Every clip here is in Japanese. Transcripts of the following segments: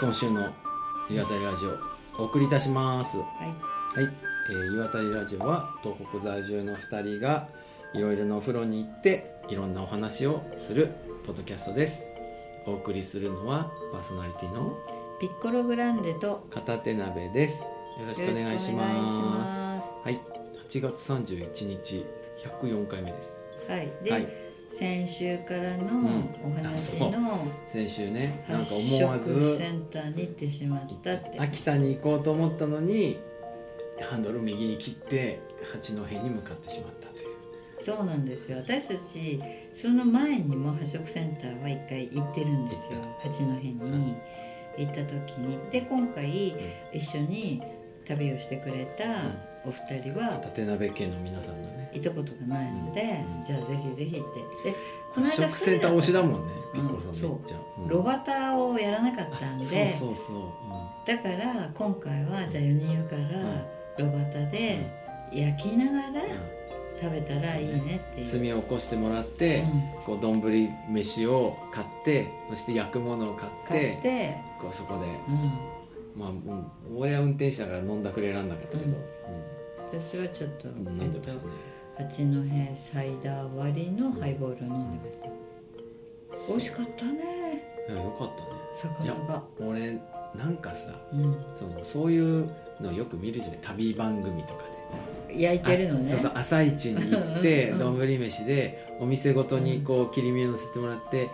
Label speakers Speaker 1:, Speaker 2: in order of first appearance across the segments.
Speaker 1: 今週の岩谷ラジオお送りいたしますは
Speaker 2: はい
Speaker 1: い、えー、岩谷ラジオは東北在住の2人がいろいろなお風呂に行っていろんなお話をするポッドキャストですお送りするのはパーソナリティの
Speaker 2: ピッコログランデとよ
Speaker 1: 片手鍋ですよろしくお願いします
Speaker 2: す
Speaker 1: はい8月31日104回目です
Speaker 2: はいで、
Speaker 1: はい
Speaker 2: 先週からの
Speaker 1: ん
Speaker 2: お話の、
Speaker 1: 先週ねなん
Speaker 2: 発
Speaker 1: か思わ
Speaker 2: 色
Speaker 1: ず
Speaker 2: センターに行ってしまったって
Speaker 1: 秋田に行こうと思ったのにハンドル右に切って八戸に向かってしまったという
Speaker 2: そうなんですよ私たちその前にも発色センターは一回行ってるんですよ
Speaker 1: 行
Speaker 2: 八戸に行った時にで今回一緒に旅をしてくれたお二人は
Speaker 1: 縦鍋系の皆さんがね
Speaker 2: 行ったことがないので、
Speaker 1: うん
Speaker 2: じゃあぜひぜひってでこの間
Speaker 1: 食センター推しだもんね
Speaker 2: う
Speaker 1: ピ
Speaker 2: ん
Speaker 1: ッコロさんめっちゃ、うん
Speaker 2: ロバタをやらなかったんで
Speaker 1: そうそうそう、う
Speaker 2: だから今回はじゃあ4人いるから、ロバタで焼きながら
Speaker 1: ん
Speaker 2: 食べたらいいねっていう、
Speaker 1: うん、炭を起こしてもらって、こう丼飯を買ってそして焼くものを買って
Speaker 2: 買って、
Speaker 1: こうそこで
Speaker 2: うん、
Speaker 1: まあ、うん、俺は運転したから飲んだくれ選んだけど、
Speaker 2: うん私はちょっと、
Speaker 1: うん、
Speaker 2: え
Speaker 1: 飲ん
Speaker 2: っ
Speaker 1: でま
Speaker 2: と
Speaker 1: したね、
Speaker 2: 八戸サイダー割りのハイボールを飲んでました、美味しかったね
Speaker 1: いやよかったねい
Speaker 2: 魚
Speaker 1: や
Speaker 2: が、
Speaker 1: 俺なんかさ
Speaker 2: うん、
Speaker 1: そのそういうのよく見るじゃない旅番組とか
Speaker 2: 焼
Speaker 1: で
Speaker 2: いてるのね
Speaker 1: あそうそう朝一に行っ
Speaker 2: う
Speaker 1: て
Speaker 2: んうん
Speaker 1: 丼飯でお店ごとにこう切り身を乗せてもらって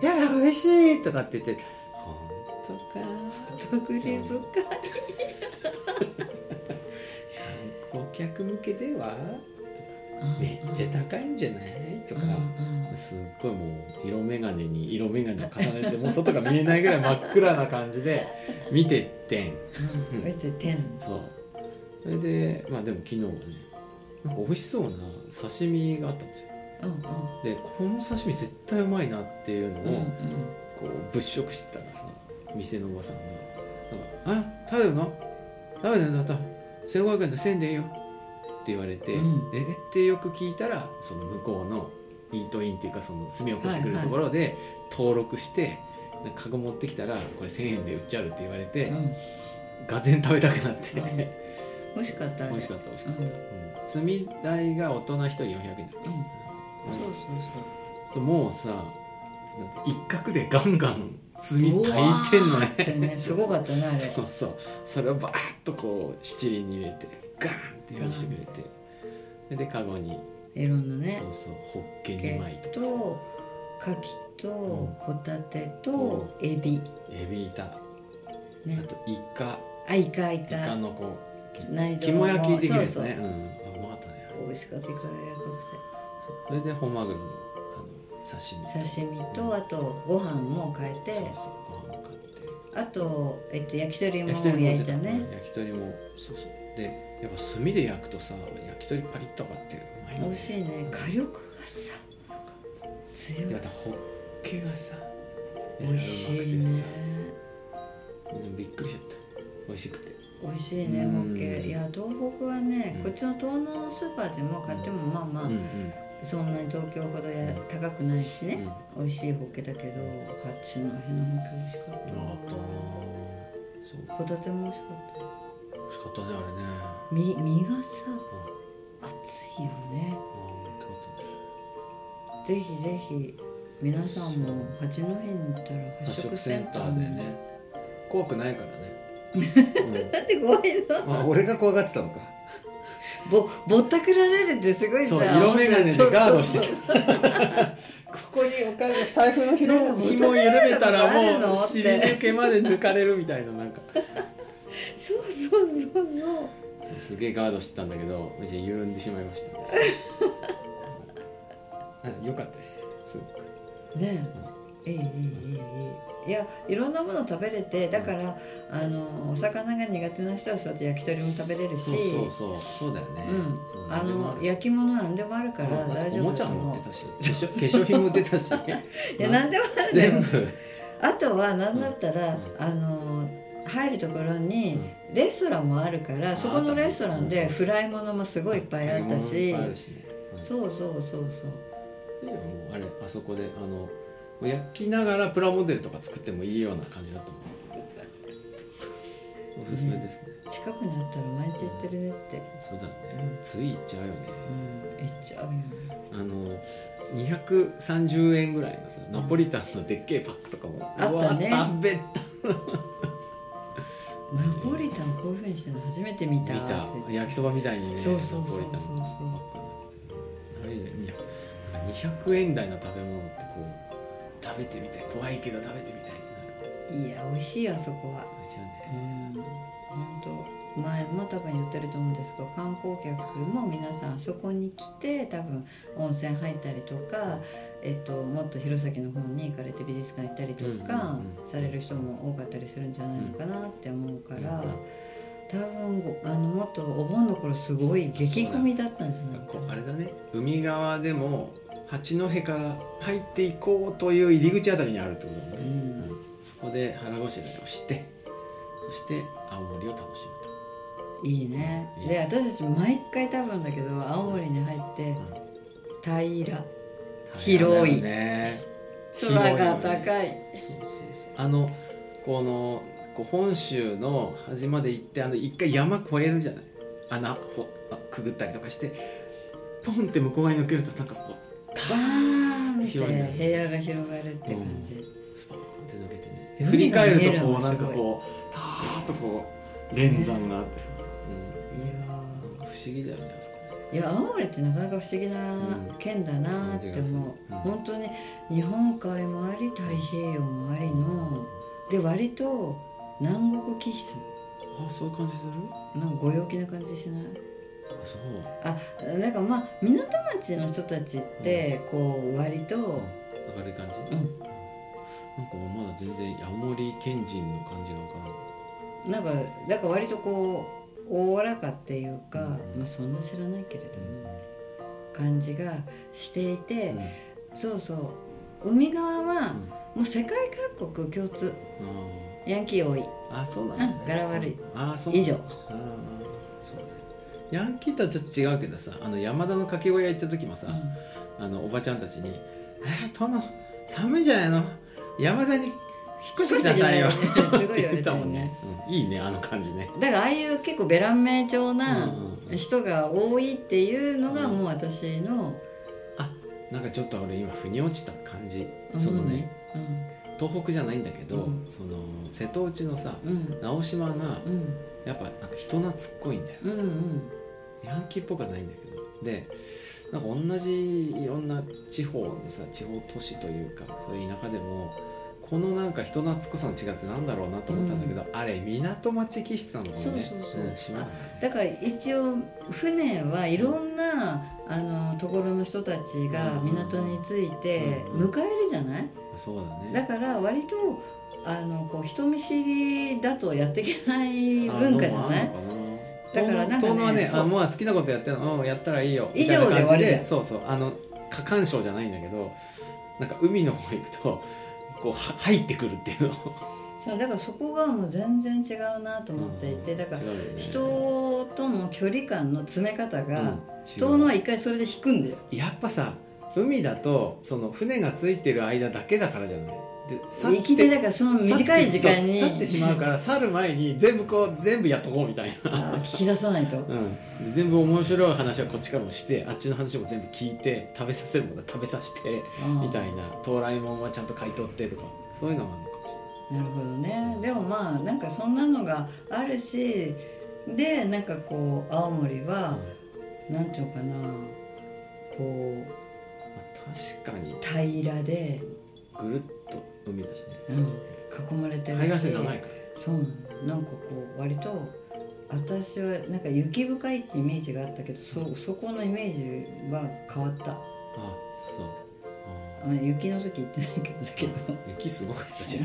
Speaker 1: 「
Speaker 2: うん
Speaker 1: やだ美味しい!」とかって言って「本当か
Speaker 2: 特に深い
Speaker 1: 観光客向けでは?」とか「めっちゃ高いんじゃない?」とか。
Speaker 2: うんうん
Speaker 1: すっごいもう色眼鏡に色眼鏡を重ねてもう外が見えないぐらい真っ暗な感じで見てってん
Speaker 2: うんこうやって天
Speaker 1: そうそれでまあでも昨日はねなんか美味しそうな刺身があったんですよ
Speaker 2: うん
Speaker 1: でこの刺身絶対うまいなっていうのを
Speaker 2: うんうん
Speaker 1: こう物色してたらさ店のおばさんが「なんかあ食べるの食べるのだ1500円だ1000円でいいよ」って言われて「
Speaker 2: うん
Speaker 1: ええってよく聞いたらその向こうのイートインっていうかその炭を起こしてくる
Speaker 2: はいはい
Speaker 1: ところで登録して、なんかカゴ持ってきたらこれ1000円で売っちゃうって言われて、
Speaker 2: うんうん
Speaker 1: がぜん食べたくなって、
Speaker 2: うん美味しかったね
Speaker 1: 美味しかった美味しかっ
Speaker 2: うん
Speaker 1: た、うん、炭代が大人1人400円だっ
Speaker 2: う
Speaker 1: た、
Speaker 2: んそうそう
Speaker 1: もうさだって一角でガンガン炭
Speaker 2: そう
Speaker 1: 炊いてんの
Speaker 2: うわーって
Speaker 1: ね
Speaker 2: ねすごかったねあれ
Speaker 1: そうそうそれをバーッとこう七輪に入れてガーンって用意してくれてそれでカゴに、
Speaker 2: いろんなね
Speaker 1: そうそうホッケ2枚
Speaker 2: け
Speaker 1: とかさ
Speaker 2: と牡蠣と
Speaker 1: ん
Speaker 2: ホタテとエビ
Speaker 1: エビいたあ
Speaker 2: ね
Speaker 1: とイカ
Speaker 2: あイカイ
Speaker 1: イカ
Speaker 2: カ
Speaker 1: のこ
Speaker 2: 内
Speaker 1: う
Speaker 2: 臓
Speaker 1: 肝
Speaker 2: も
Speaker 1: 焼きできるやつ
Speaker 2: そう
Speaker 1: ね
Speaker 2: そ
Speaker 1: う
Speaker 2: う
Speaker 1: んあうまかったねあれ
Speaker 2: 美味しかったイカが柔らか
Speaker 1: それで本マグロのあの刺身
Speaker 2: くて刺身とあとご飯も変え
Speaker 1: そう
Speaker 2: て
Speaker 1: そうご飯も買って
Speaker 2: あとえっと焼き鳥も
Speaker 1: 焼き鳥も
Speaker 2: 焼いた
Speaker 1: ね
Speaker 2: ね
Speaker 1: 焼き鳥もそうそうでやっぱ炭で焼くとさ焼き鳥パリッとかってうまい
Speaker 2: 美
Speaker 1: の
Speaker 2: 味しいね火力がさ強
Speaker 1: で
Speaker 2: い
Speaker 1: またホッケがさ
Speaker 2: 美味しい
Speaker 1: 柔ら
Speaker 2: ね
Speaker 1: かくてさびっくりしちゃった美味しくて
Speaker 2: 美味しいね
Speaker 1: うん
Speaker 2: ホッケいや東北はね、
Speaker 1: うん
Speaker 2: こっちの東南のスーパーでも買ってもまあまあ、
Speaker 1: うんうん
Speaker 2: そんなに東京ほどや高くないし
Speaker 1: うん
Speaker 2: ね、
Speaker 1: よ
Speaker 2: 美味しいホッケだけどこっちの辺のホッケ美味しか
Speaker 1: か
Speaker 2: っ
Speaker 1: った
Speaker 2: た
Speaker 1: な
Speaker 2: な
Speaker 1: そう
Speaker 2: ホタテも美味しかっ
Speaker 1: 美味しかったねあれね
Speaker 2: た身身がさ
Speaker 1: うん
Speaker 2: 熱いよね
Speaker 1: あー美味しかったね
Speaker 2: ぜひぜひ皆さんも八戸に行ったら
Speaker 1: 発色
Speaker 2: 発色
Speaker 1: セ
Speaker 2: セ
Speaker 1: ン
Speaker 2: ン
Speaker 1: タ
Speaker 2: タ
Speaker 1: ー
Speaker 2: ー
Speaker 1: で
Speaker 2: で
Speaker 1: ね怖くないから ね、
Speaker 2: だって怖いの
Speaker 1: うん、まあ俺が怖がってたのか
Speaker 2: ぼぼったくられるってすごいさ
Speaker 1: そう色眼鏡でガードして
Speaker 2: そうそうそう
Speaker 1: たここにお金財布の紐
Speaker 2: なんかもう
Speaker 1: 紐を緩めたら
Speaker 2: 疑われる
Speaker 1: も
Speaker 2: の
Speaker 1: う
Speaker 2: って
Speaker 1: 尻抜けまで抜かれるみたいななんか
Speaker 2: そうそうそうそう
Speaker 1: すげえガードしてたんだけどめっちゃ緩んでしまいましたねなんか良かったですすごく
Speaker 2: ねえ、いいいいいいいいいやいろんなもの食べれてだから、あのお魚が苦手な人はそうやって焼き鳥も食べれるし
Speaker 1: そうそうそうそうだよね、
Speaker 2: うん
Speaker 1: そう
Speaker 2: あ
Speaker 1: 何でも
Speaker 2: の
Speaker 1: るし
Speaker 2: 焼き物なんでもあるから
Speaker 1: うん
Speaker 2: 大丈
Speaker 1: おも
Speaker 2: 夫
Speaker 1: ち
Speaker 2: だ
Speaker 1: ゃ
Speaker 2: と
Speaker 1: も
Speaker 2: 思
Speaker 1: 売っ
Speaker 2: う
Speaker 1: てたし化粧化粧品も売ってたし、ね、
Speaker 2: いや何でもあるんだよ
Speaker 1: 全部
Speaker 2: あとは何だったら、
Speaker 1: うん
Speaker 2: あの入るところにレストランもあるから、そこのレストラン
Speaker 1: うん
Speaker 2: でフライものもすごいいっぱいあったし、
Speaker 1: いっぱいあるしねうん
Speaker 2: そうそうそう
Speaker 1: でもうあれあそこであの焼きながらプラモデルとか作ってもいいような感じだと思う
Speaker 2: そう
Speaker 1: おすすめですね、
Speaker 2: 近くにあったら毎日行ってるねって
Speaker 1: そうだねつい行っちゃうよね、
Speaker 2: うん行っちゃうよね
Speaker 1: あの230円ぐらいのさナポリタンのでっけえパックとかも、
Speaker 2: あったね
Speaker 1: うわ食べた
Speaker 2: ナポリタンこういうふうにしてるの初めて見た
Speaker 1: 見た
Speaker 2: って
Speaker 1: 焼きそばみたいにね
Speaker 2: そうそうそうそう
Speaker 1: ナポリタンのパックになっててあれねいやなんか200円台の食べ物ってこう食べてみたい怖いけど食べてみたいってなる
Speaker 2: いや美味しいあそこは
Speaker 1: あれじゃ
Speaker 2: う
Speaker 1: ね
Speaker 2: ん本当前も多分言ってると思うんですけど観光客も皆さんそこに来て多分温泉入ったりとか、えっと、もっと弘前の方に行かれて美術館行ったりとか
Speaker 1: うんうんうん
Speaker 2: される人も多かったりするんじゃないのかなって思うか
Speaker 1: うん
Speaker 2: ら
Speaker 1: うん
Speaker 2: 多分ごあのもっとお盆の頃すごい激混みだったんじゃないか
Speaker 1: こう
Speaker 2: な
Speaker 1: あれだね海側でも八戸から入っていこうという入り口あたりにあるってことだもんね
Speaker 2: う、ん
Speaker 1: そこで腹ごしらえをしてそして青森を楽しむと。
Speaker 2: いいね
Speaker 1: いい
Speaker 2: で私たち毎回多分だけど青森に入って平広い
Speaker 1: ね
Speaker 2: 空が
Speaker 1: 広い
Speaker 2: 高
Speaker 1: そ
Speaker 2: い
Speaker 1: うそうそうあのこのこう本州の端まで行ってあの一回山越えるじゃない穴ほあくぐったりとかしてポンって向こう側に抜けるとなんかこ
Speaker 2: わーみ
Speaker 1: 広いね
Speaker 2: て部屋が広がるって感じ、
Speaker 1: うスパーンって抜けてね
Speaker 2: 海が
Speaker 1: 振り返ると
Speaker 2: 見えるの
Speaker 1: こ
Speaker 2: が
Speaker 1: う
Speaker 2: すご
Speaker 1: ないんかこうたーっとこう連山があってさ、うん、なんか不思議だよねあそこね
Speaker 2: いやーいや青森ってなかなか不思議な県だなって
Speaker 1: うん感じ
Speaker 2: 思う、
Speaker 1: がするうん
Speaker 2: 本当に日本海もあり太平洋もありので割と南国気質
Speaker 1: あそういう感じする
Speaker 2: なんかご陽気な感じしない
Speaker 1: あそう
Speaker 2: あなんかまあ港町の人たちってこう割と
Speaker 1: 明るい感じ、
Speaker 2: うん
Speaker 1: なんかまだ全然青森県人の感じがわからん
Speaker 2: なんかなんか割とこうおおらかっていうか、
Speaker 1: うん
Speaker 2: まあそんな知らないけれども感じがしていて、
Speaker 1: うん
Speaker 2: そうそう海側はもう世界各国共通
Speaker 1: うん
Speaker 2: ヤンキー多い
Speaker 1: あそうなんだ、ね
Speaker 2: うん柄悪い
Speaker 1: あそう
Speaker 2: 以上
Speaker 1: あーそうねヤンキーとはちょっと違うけどさあの山田の掛け小屋行った時もさ、
Speaker 2: う
Speaker 1: あのおばちゃんたちに「えー、殿寒いんじゃないの山田に引っ越してきなさいよ」っ
Speaker 2: 引っ越してきなさいよねすご
Speaker 1: て
Speaker 2: い言わ
Speaker 1: 言っ
Speaker 2: れ
Speaker 1: て
Speaker 2: た
Speaker 1: た
Speaker 2: よ
Speaker 1: もん
Speaker 2: ね
Speaker 1: ね、うんいいねあの感じね
Speaker 2: んだからああいう結構ベラン名調
Speaker 1: う
Speaker 2: なん
Speaker 1: うんうん
Speaker 2: 人が多いっていうのが
Speaker 1: うん
Speaker 2: もう私の、
Speaker 1: なんかちょっと俺今腑に落ちた感じ、
Speaker 2: うん
Speaker 1: そのね
Speaker 2: うん
Speaker 1: 東北じゃないんだけど、
Speaker 2: うん
Speaker 1: その瀬戸内のさ
Speaker 2: うん
Speaker 1: 直島が
Speaker 2: うん
Speaker 1: やっぱなんか人懐っこいんだよ
Speaker 2: うんうん
Speaker 1: ヤンキーっぽくはないんだけどでなんか同じいろんな地方のさ地方都市というかそういう田舎でもこのなんか人懐っこさの違ってなんだろうなと思ったんだけど、あれ港町気質なのかもね
Speaker 2: そうそうそうん
Speaker 1: 島だね
Speaker 2: だから一応船はいろんな、あのところの人たちが港に着いて
Speaker 1: うんうん
Speaker 2: 迎えるじゃない
Speaker 1: そうだね
Speaker 2: だから割とあのこう人見知りだとやっていけない文化じゃな
Speaker 1: あ
Speaker 2: い
Speaker 1: どうもあんのか
Speaker 2: だからなんかね
Speaker 1: 遠野はね
Speaker 2: そう
Speaker 1: あもう好きなことやってるのうんやったらいいよ
Speaker 2: 以上で
Speaker 1: みたいな感じ
Speaker 2: 終わりだよ
Speaker 1: そうそうあの過干渉じゃないんだけどなんか海の方行くとこうは入ってくるっていうの
Speaker 2: そうだからそこがもう全然違うなと思っていてだから
Speaker 1: ら
Speaker 2: 人との距離感の詰め方
Speaker 1: うん違
Speaker 2: が
Speaker 1: う
Speaker 2: 遠野は一回それで引くんだよ
Speaker 1: やっぱさ海だとその船がついてる間だけだからじゃないで去
Speaker 2: 生きてだからその短い時間に
Speaker 1: 去ってそう去ってしまうから去る前に全部こう全部やっとこうみたいな、
Speaker 2: あー聞き出さないと
Speaker 1: うん、で全部面白い話はこっちからもしてあっちの話も全部聞いて食べさせるものは食べさせて
Speaker 2: うん
Speaker 1: みたいな到来もんはちゃんと買い取ってとかそういうのがあるのかもし
Speaker 2: なるほどねでもまあなんかそんなのがあるしでなんかこう青森
Speaker 1: れない
Speaker 2: は、
Speaker 1: うん
Speaker 2: なんていうのかなこう
Speaker 1: まあ確かに
Speaker 2: 平らで
Speaker 1: ぐるっと海だしね、
Speaker 2: うん囲まれてる
Speaker 1: 海岸
Speaker 2: し
Speaker 1: 線長いから
Speaker 2: そうなのなんかこう割と私はなんか雪深いってイメージがあったけどそそこのイメージは変わった
Speaker 1: あそうあ
Speaker 2: あ雪の時行ってないけどだけど
Speaker 1: ー雪すごかったし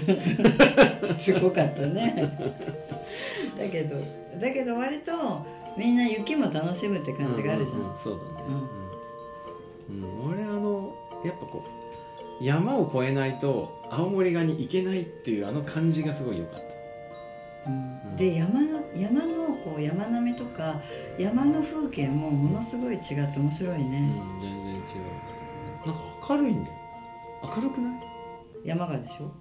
Speaker 2: すごかったね だけどだけど割とみんな雪も楽しむって感じがあるじゃん、
Speaker 1: うんうんうんそうだね、うんうん俺あのやっぱこう山を越えないと青森側に行けないっていうあの感じがすごい良かった
Speaker 2: うんで山山のこう山並みとか山の風景もものすごい違って面白いね、
Speaker 1: 全然違うなんか明るいんだよ明るくない
Speaker 2: 山がでしょ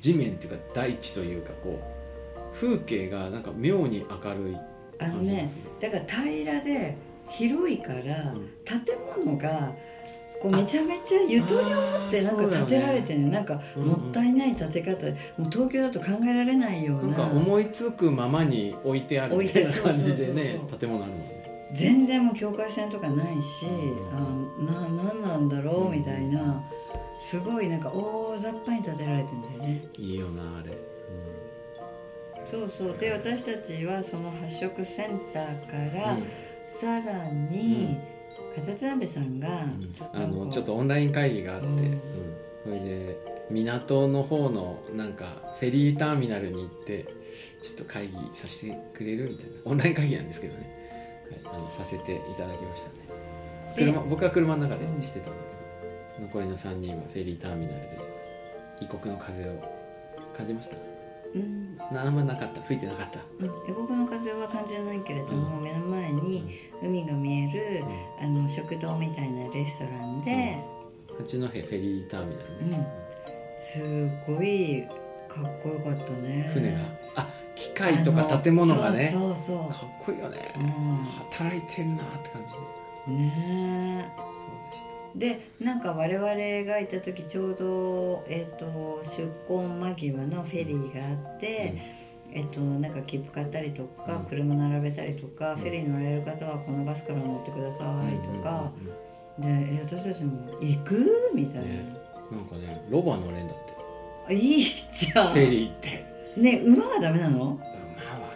Speaker 1: 地面っていうか大地というかこう風景がなんか妙に明るい
Speaker 2: あの
Speaker 1: 感じで
Speaker 2: ね
Speaker 1: すね
Speaker 2: だから平らで広いか
Speaker 1: う
Speaker 2: ら
Speaker 1: ん
Speaker 2: 建物がこうめちゃめちゃゆとりを持っ
Speaker 1: あ
Speaker 2: て
Speaker 1: ー
Speaker 2: なん
Speaker 1: そうだ
Speaker 2: か
Speaker 1: よね
Speaker 2: 建てられてる、なんか
Speaker 1: うんうん
Speaker 2: もったいない建て方で、もう東京だと考えられないよう
Speaker 1: なん
Speaker 2: な
Speaker 1: か思いつくままに置いてあるみたいな
Speaker 2: 置いてそうそう
Speaker 1: 感
Speaker 2: そうそう
Speaker 1: じでね建物あるもんね
Speaker 2: 全然もう境界線とかないし、
Speaker 1: う
Speaker 2: あな何なんだろうみたいな、
Speaker 1: うん
Speaker 2: すごいなんか大雑把に建てられてんだよね
Speaker 1: いいよなあれ、
Speaker 2: そうそうで私たちはその発色センターから、さらに、片手鍋さんが、
Speaker 1: うんあ
Speaker 2: なん
Speaker 1: の
Speaker 2: か
Speaker 1: ちょっとオンライン会議があって、
Speaker 2: う
Speaker 1: うんんそれで港の方のなんかフェリーターミナルに行ってちょっと会議させてくれるみたいなオンライン会議なんですけどね、はい、あのさせていただきましたね
Speaker 2: で
Speaker 1: 車僕は車の中でしてたんだけど、残りの3人はフェリーターミナルで異国の風を感じました
Speaker 2: うん
Speaker 1: なあんまなかった吹いてなかった、
Speaker 2: うん異国の風は感じないけれども、目の前
Speaker 1: うん
Speaker 2: に海が見える、あの食堂みたいなレストランで、
Speaker 1: 八戸フェリーターミナルね、
Speaker 2: すごいかっこよかったね
Speaker 1: 船があ機械とか建物がね
Speaker 2: あのそうそう
Speaker 1: か
Speaker 2: そ
Speaker 1: っこいいよね、
Speaker 2: う、う
Speaker 1: 働いてんなって感じで
Speaker 2: ん、ねえ
Speaker 1: そうでし
Speaker 2: でなんか我々がいた時ちょうど、えっと出港間際のフェリーがあって、えっと、なんか切符買ったりとか、
Speaker 1: うん
Speaker 2: 車並べたりとか、
Speaker 1: うん
Speaker 2: フェリーに乗られる方はこのバスから乗ってくださいとか、
Speaker 1: うんうん
Speaker 2: でえ私たちも「行く?」みたいな、
Speaker 1: ねうんなんかねロバ乗れんだって
Speaker 2: あいいじゃん
Speaker 1: フェリーって
Speaker 2: ね馬はダメなの
Speaker 1: 馬は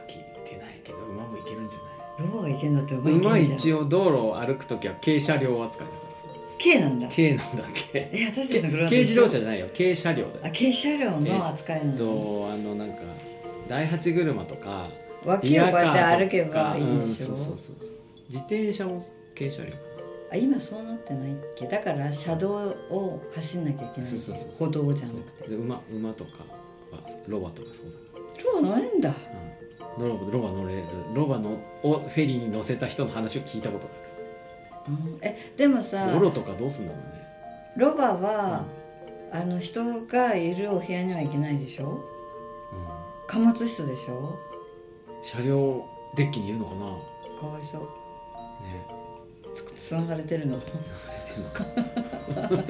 Speaker 1: 聞いてないけど馬も行けるんじゃ
Speaker 2: ロボが行けんだって馬
Speaker 1: ない馬は
Speaker 2: 行けんじ
Speaker 1: 一
Speaker 2: ゃん
Speaker 1: 応道路を歩く時は軽車両扱いだからさ
Speaker 2: K なんだ
Speaker 1: 軽なんだって
Speaker 2: え私たちの車
Speaker 1: 軽
Speaker 2: と一緒
Speaker 1: 自動車じゃないよ軽車両だ
Speaker 2: あ
Speaker 1: よ
Speaker 2: 軽車両の扱いな
Speaker 1: えっ
Speaker 2: の
Speaker 1: とあのなんか第八車とか
Speaker 2: 脇をこう
Speaker 1: リ
Speaker 2: や
Speaker 1: ヤ
Speaker 2: って歩け
Speaker 1: とか
Speaker 2: ばいいんでしょ、
Speaker 1: うん、そうそうそうそう自転車も軽車両
Speaker 2: あ今そうなってないっけだから車道を走んなきゃいけないんだよ
Speaker 1: そうそうそう
Speaker 2: 歩道じゃなく
Speaker 1: そう
Speaker 2: て
Speaker 1: で馬馬とかはロバとかそうだから
Speaker 2: ロボ乗れんだ
Speaker 1: ロバロバ乗れるロバのをフェリーに乗せた人の話を聞いたこと
Speaker 2: うんえでもさ
Speaker 1: あるドロとかどうすんだろうね
Speaker 2: ロバは、あの人がいるお部屋には行けないでしょ
Speaker 1: う
Speaker 2: 貨物室でしょ
Speaker 1: ん、車両デッキにいるのかな
Speaker 2: かわいそう
Speaker 1: ね
Speaker 2: つつながれて るの
Speaker 1: 繋がれてんの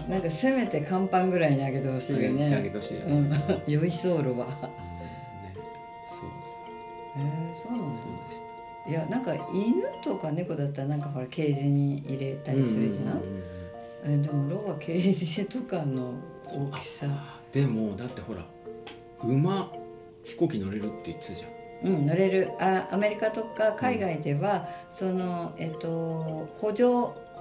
Speaker 1: か
Speaker 2: なんかせめて甲板ぐらいにあげてほしいよ
Speaker 1: あげてあげ
Speaker 2: ね
Speaker 1: てほしいよ
Speaker 2: う
Speaker 1: ね,、うんん、ねそう
Speaker 2: 酔いそうロバ
Speaker 1: そう
Speaker 2: へえそうなん
Speaker 1: そう
Speaker 2: だ
Speaker 1: でした
Speaker 2: いやなんか犬とか猫だったらなんかほらケージに入れたりするじゃん,、
Speaker 1: ううう
Speaker 2: えでもロバケージとかの
Speaker 1: うん
Speaker 2: 大きさ
Speaker 1: あでもだってほら馬飛行機乗れるって言ってたじゃん
Speaker 2: うん乗れるあアメリカとか海外では、そのえっと補助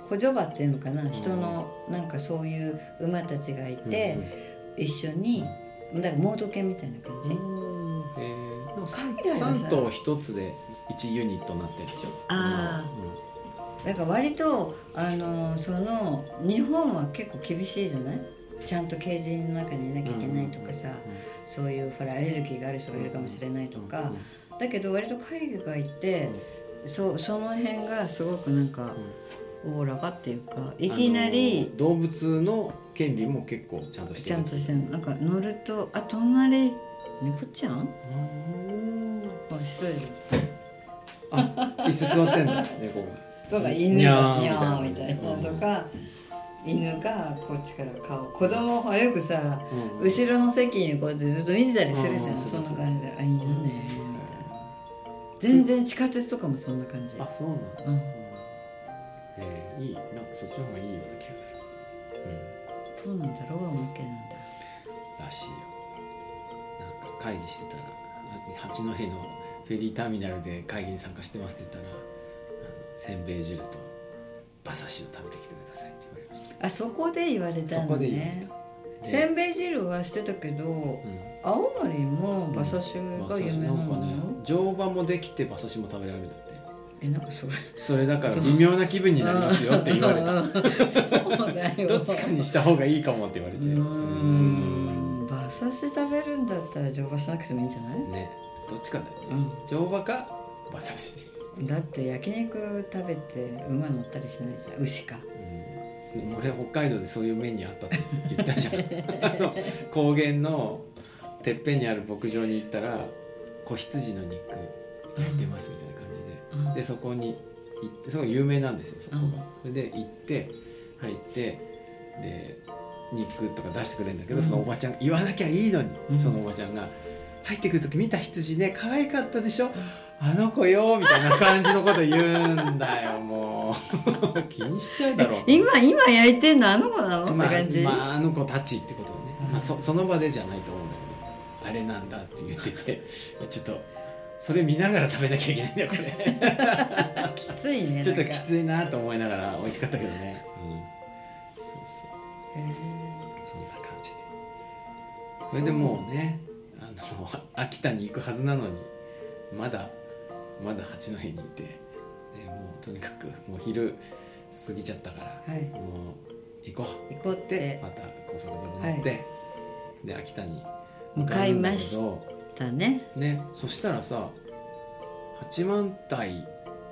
Speaker 2: 補助馬っていうのかな、
Speaker 1: ん
Speaker 2: 人のなんかそういう馬たちがいて、一緒にだから盲導犬みたいな感じ、
Speaker 1: うんうんえーなんか
Speaker 2: 海外はさ
Speaker 1: 三頭一つで一ユニットになってるでしょ
Speaker 2: あーだから割とあのその日本は結構厳しいじゃないちゃんとケージの中にいなきゃいけないとかさ、そういうほらアレルギーがある人がいるかもしれないとか、だけど割と海外って、そうその辺がすごくなんかおおらかっていうかい
Speaker 1: い
Speaker 2: きなり
Speaker 1: 動物の権利も結構ちゃんとして
Speaker 2: ち
Speaker 1: る
Speaker 2: ゃんとしてるなんか乗るとあ隣猫ちゃん
Speaker 1: うん
Speaker 2: こう一人で
Speaker 1: あ椅子座ってん だ猫が
Speaker 2: とか
Speaker 1: に
Speaker 2: 犬
Speaker 1: ゃ
Speaker 2: が
Speaker 1: ー
Speaker 2: にゃーみ
Speaker 1: み
Speaker 2: た
Speaker 1: た
Speaker 2: い
Speaker 1: い
Speaker 2: な
Speaker 1: な
Speaker 2: とか犬がこっちから顔子供はよくさ
Speaker 1: うん
Speaker 2: 後ろの席にこうやってずっと見てたりするじ
Speaker 1: う
Speaker 2: ゃ
Speaker 1: ん
Speaker 2: ん
Speaker 1: そ
Speaker 2: そ
Speaker 1: うんそ
Speaker 2: な
Speaker 1: う
Speaker 2: 感じであ犬ねみたいな全然地下鉄とかもそんな感じ
Speaker 1: あそうなんだ
Speaker 2: うん
Speaker 1: えーいいなんかそっちの方がいいような気がするうん
Speaker 2: そうなんだロバも OK なんだ
Speaker 1: らしいよなんか会議してたらあ八戸のフェリーターミナルで会議に参加してますって言ったらあのせんべい汁と馬刺しを食べてきてくださいって言われました
Speaker 2: あそこで言われた
Speaker 1: そ
Speaker 2: んだ
Speaker 1: こで言われ
Speaker 2: ね
Speaker 1: たで
Speaker 2: せんべい汁はしてたけど
Speaker 1: うん
Speaker 2: 青森も馬刺しが有名な
Speaker 1: 馬
Speaker 2: の
Speaker 1: 刺しなんかね乗馬もできて馬刺しも食べられるんだって
Speaker 2: えなんかそれ
Speaker 1: それだから微妙な気分 になりますよって言われた
Speaker 2: たそうだよ
Speaker 1: どっちかにした方がいいかもって言われ
Speaker 2: う
Speaker 1: て
Speaker 2: ー
Speaker 1: うん
Speaker 2: ん馬刺し食べるんだったら乗馬しなくてもいいんじゃない、
Speaker 1: ねどっちかだよね
Speaker 2: う
Speaker 1: 乗馬か馬刺し、
Speaker 2: ん、だって焼肉食べて馬乗ったりしないじゃん牛か
Speaker 1: うん、俺北海道でそういう目にあったって言 ったじゃんあの高原のてっぺんにある牧場に行ったら子羊の肉焼いてますみたいな感じで、
Speaker 2: あ
Speaker 1: でそこに行ってすごい有名なんですよそこが、
Speaker 2: うん
Speaker 1: それで行って入ってで肉とか出してくれるんだけど、
Speaker 2: うん
Speaker 1: そのおばちゃん言わなきゃいいのに、
Speaker 2: うん
Speaker 1: そのおばちゃんが「入ってくる時見た羊ね可愛かったでしょあの子よ」みたいな感じのこと言うんだ よもう気にしちゃうだろう
Speaker 2: 今今焼いてんのあの子なの、
Speaker 1: まあ
Speaker 2: って感じ、
Speaker 1: まあ、あの子たちってことでね、
Speaker 2: うん
Speaker 1: まあ、そその場でじゃないと思うんだけどあれなんだって言っててちょっとそれ見ながら食べなきゃいけないんだよこれ
Speaker 2: きついね
Speaker 1: ちょっと
Speaker 2: なんか
Speaker 1: きついなと思いながら美味しかったけどね、うん、そう
Speaker 2: へー
Speaker 1: そうそんな感じでそれでもうねあの秋田に行くはずなのにまだまだ八戸にいて、ね、もうとにかくもう昼過ぎちゃったから、
Speaker 2: はい
Speaker 1: もう行こう
Speaker 2: 行こうっ
Speaker 1: で
Speaker 2: て
Speaker 1: また高速道路乗って、で秋田に
Speaker 2: 向かいまし
Speaker 1: 向かうんだ
Speaker 2: たね
Speaker 1: けどねそしたらさ八幡平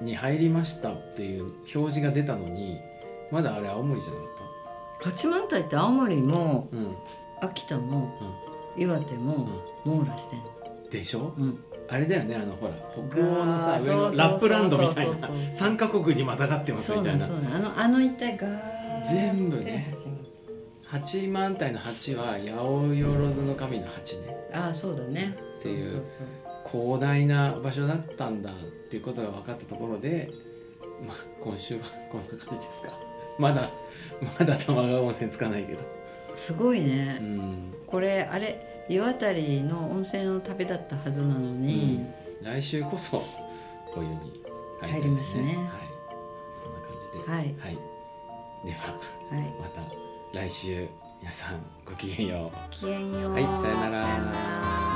Speaker 1: に入りましたっていう表示が出たのにまだあれ青森じゃなかっ
Speaker 2: 八幡平って青森も
Speaker 1: たう
Speaker 2: 秋田も、岩手も、網羅してんの、
Speaker 1: んでしょ
Speaker 2: うん、
Speaker 1: あれだよねあのほら北欧のさ
Speaker 2: あー
Speaker 1: 上
Speaker 2: そう
Speaker 1: の
Speaker 2: そうそうそう
Speaker 1: ラップランドみたいな
Speaker 2: そうそうそう
Speaker 1: 3カ国にまたがってます
Speaker 2: そう
Speaker 1: みた
Speaker 2: ないの
Speaker 1: な
Speaker 2: そうなのあのあの一帯がーって
Speaker 1: 全部ね
Speaker 2: 八
Speaker 1: 八幡
Speaker 2: 幡
Speaker 1: 平の八は八百万の神の八ね
Speaker 2: ああそうだね
Speaker 1: っていう
Speaker 2: そうそう
Speaker 1: 広大な場所だったんだっていうことが分かったところで、まあ、今週はこんな感じですかまだまだ玉川温泉つかないけど
Speaker 2: そうすごいね、
Speaker 1: うん、
Speaker 2: これあれ湯あたりの温泉の旅だったはずなの
Speaker 1: う
Speaker 2: に
Speaker 1: ん、、来週こそお湯に入りますね
Speaker 2: 入りますね
Speaker 1: はい、そんな感じで
Speaker 2: はい
Speaker 1: はい、では
Speaker 2: はい
Speaker 1: また来週皆さんごきげんよう
Speaker 2: ごきげんよう
Speaker 1: はいさよなら
Speaker 2: さよなら